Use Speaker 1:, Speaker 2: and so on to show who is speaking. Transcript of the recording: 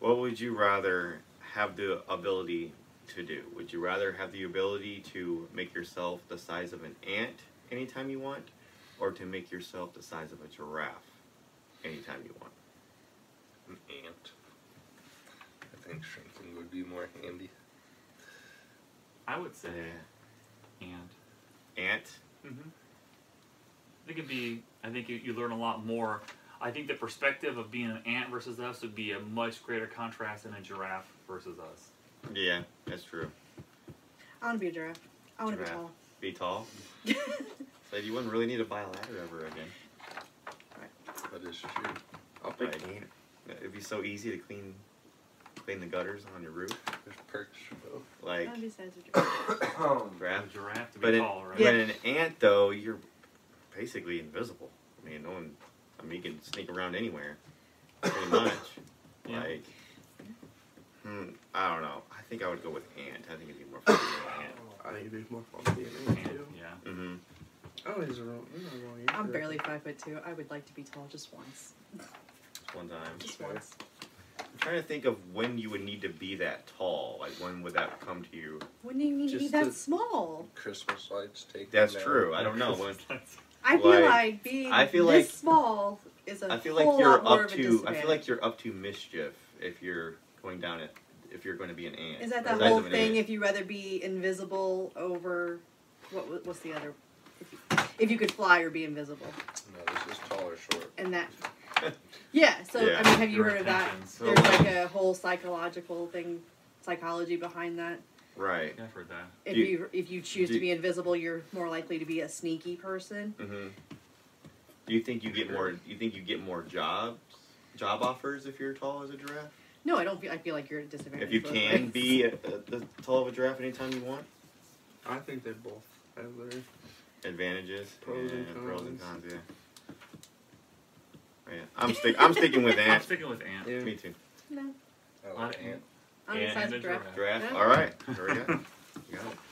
Speaker 1: What would you rather have the ability to do? Would you rather have the ability to make yourself the size of an ant anytime you want, or to make yourself the size of a giraffe anytime you want?
Speaker 2: An ant. I think shrinking would be more handy.
Speaker 3: I would
Speaker 1: Uh,
Speaker 3: say and.
Speaker 1: Ant?
Speaker 3: Mm-hmm. I think it'd be. I think you, you learn a lot more. I think the perspective of being an ant versus us would be a much greater contrast than a giraffe versus us.
Speaker 1: Yeah, that's true.
Speaker 4: I want to be a giraffe. I want to be
Speaker 1: Giraffe.
Speaker 4: tall.
Speaker 1: Be tall. So you wouldn't really need to buy a ladder ever again.
Speaker 2: That is true. I'll pick
Speaker 1: Like,
Speaker 2: ant.
Speaker 1: it'd be so easy to clean, clean the gutters on your roof.
Speaker 2: There's perks for both.
Speaker 4: I
Speaker 1: Like
Speaker 4: want to be the size of a giraffe.
Speaker 1: giraffe.
Speaker 3: A giraffe to be
Speaker 1: But an,
Speaker 3: tall, right?
Speaker 1: but an ant though, you're basically invisible. I mean, no one. I mean, you can sneak around anywhere, pretty much.
Speaker 3: Yeah.
Speaker 1: Like, hmm, I don't know. I think I would go with ant. I think it'd be more fun with
Speaker 2: I think there's more fun being an ant
Speaker 3: And-
Speaker 2: too.
Speaker 3: yeah.
Speaker 1: an ant. hmm
Speaker 2: Oh, he's a wrong. he's a wrong
Speaker 4: I'm
Speaker 2: answer.
Speaker 4: barely five foot two. I would like to be tall just once.
Speaker 1: One time.
Speaker 4: Just once.
Speaker 1: I'm trying to think of when you would need to be that tall. Like, when would that come to you?
Speaker 4: Wouldn't even need to be
Speaker 2: Just
Speaker 4: that
Speaker 2: the-
Speaker 4: small.
Speaker 2: Christmas lights take.
Speaker 1: That's true. I don't know. When,
Speaker 4: I feel
Speaker 1: Like,
Speaker 4: like, being
Speaker 1: I feel
Speaker 4: this
Speaker 1: like-
Speaker 4: small is a
Speaker 1: I feel like
Speaker 4: whole
Speaker 1: you're
Speaker 4: lot more
Speaker 1: up
Speaker 4: of
Speaker 1: to. I
Speaker 4: a
Speaker 1: feel like
Speaker 4: disadvantage.
Speaker 1: you're up to mischief if you're going down it. If you're going to be an ant.
Speaker 4: Is that
Speaker 1: The
Speaker 4: the
Speaker 1: size
Speaker 4: whole
Speaker 1: of an
Speaker 4: thing?
Speaker 1: ant.
Speaker 4: If you rather be invisible over, what wa- what's the other? If you, if you could fly or be invisible,
Speaker 2: No, this is tall or short.
Speaker 4: and that. Yeah. So
Speaker 1: Yeah,
Speaker 4: I mean, have you
Speaker 3: your
Speaker 4: heard of that?
Speaker 3: intentions.
Speaker 1: So,
Speaker 4: There's like a whole psychological thing, psychology behind that.
Speaker 1: right.
Speaker 3: Yeah, I've heard that.
Speaker 4: If
Speaker 1: Do-
Speaker 4: you, if you choose
Speaker 1: do-
Speaker 4: to be invisible, you're more likely to be a sneaky person.
Speaker 1: Mm-hmm. Do you think you get more? You think you get more jobs, job offers if you're tall as a giraffe?
Speaker 4: No, I don't feel. I feel like you're at a disadvantage.
Speaker 1: If you
Speaker 4: both
Speaker 1: can
Speaker 4: ways.
Speaker 1: be a, the tall of a giraffe anytime you want,
Speaker 2: I think they both have their.
Speaker 1: advantages,
Speaker 2: Pros and
Speaker 1: yeah, pros and
Speaker 2: cons.
Speaker 1: cons. Yeah. Oh, yeah. I'm stick. I'm sticking with
Speaker 3: I'm
Speaker 1: ant.
Speaker 3: sticking with ant.
Speaker 2: Yeah.
Speaker 1: Me too.
Speaker 4: No,
Speaker 2: I
Speaker 3: Lot
Speaker 2: like
Speaker 3: of
Speaker 2: ant.
Speaker 4: I'm
Speaker 3: Yeah,
Speaker 4: the size
Speaker 3: and
Speaker 4: of
Speaker 3: a
Speaker 4: giraffe.
Speaker 3: giraffe.
Speaker 1: Giraffe.
Speaker 4: Yeah.
Speaker 1: All right. There we go. You got it.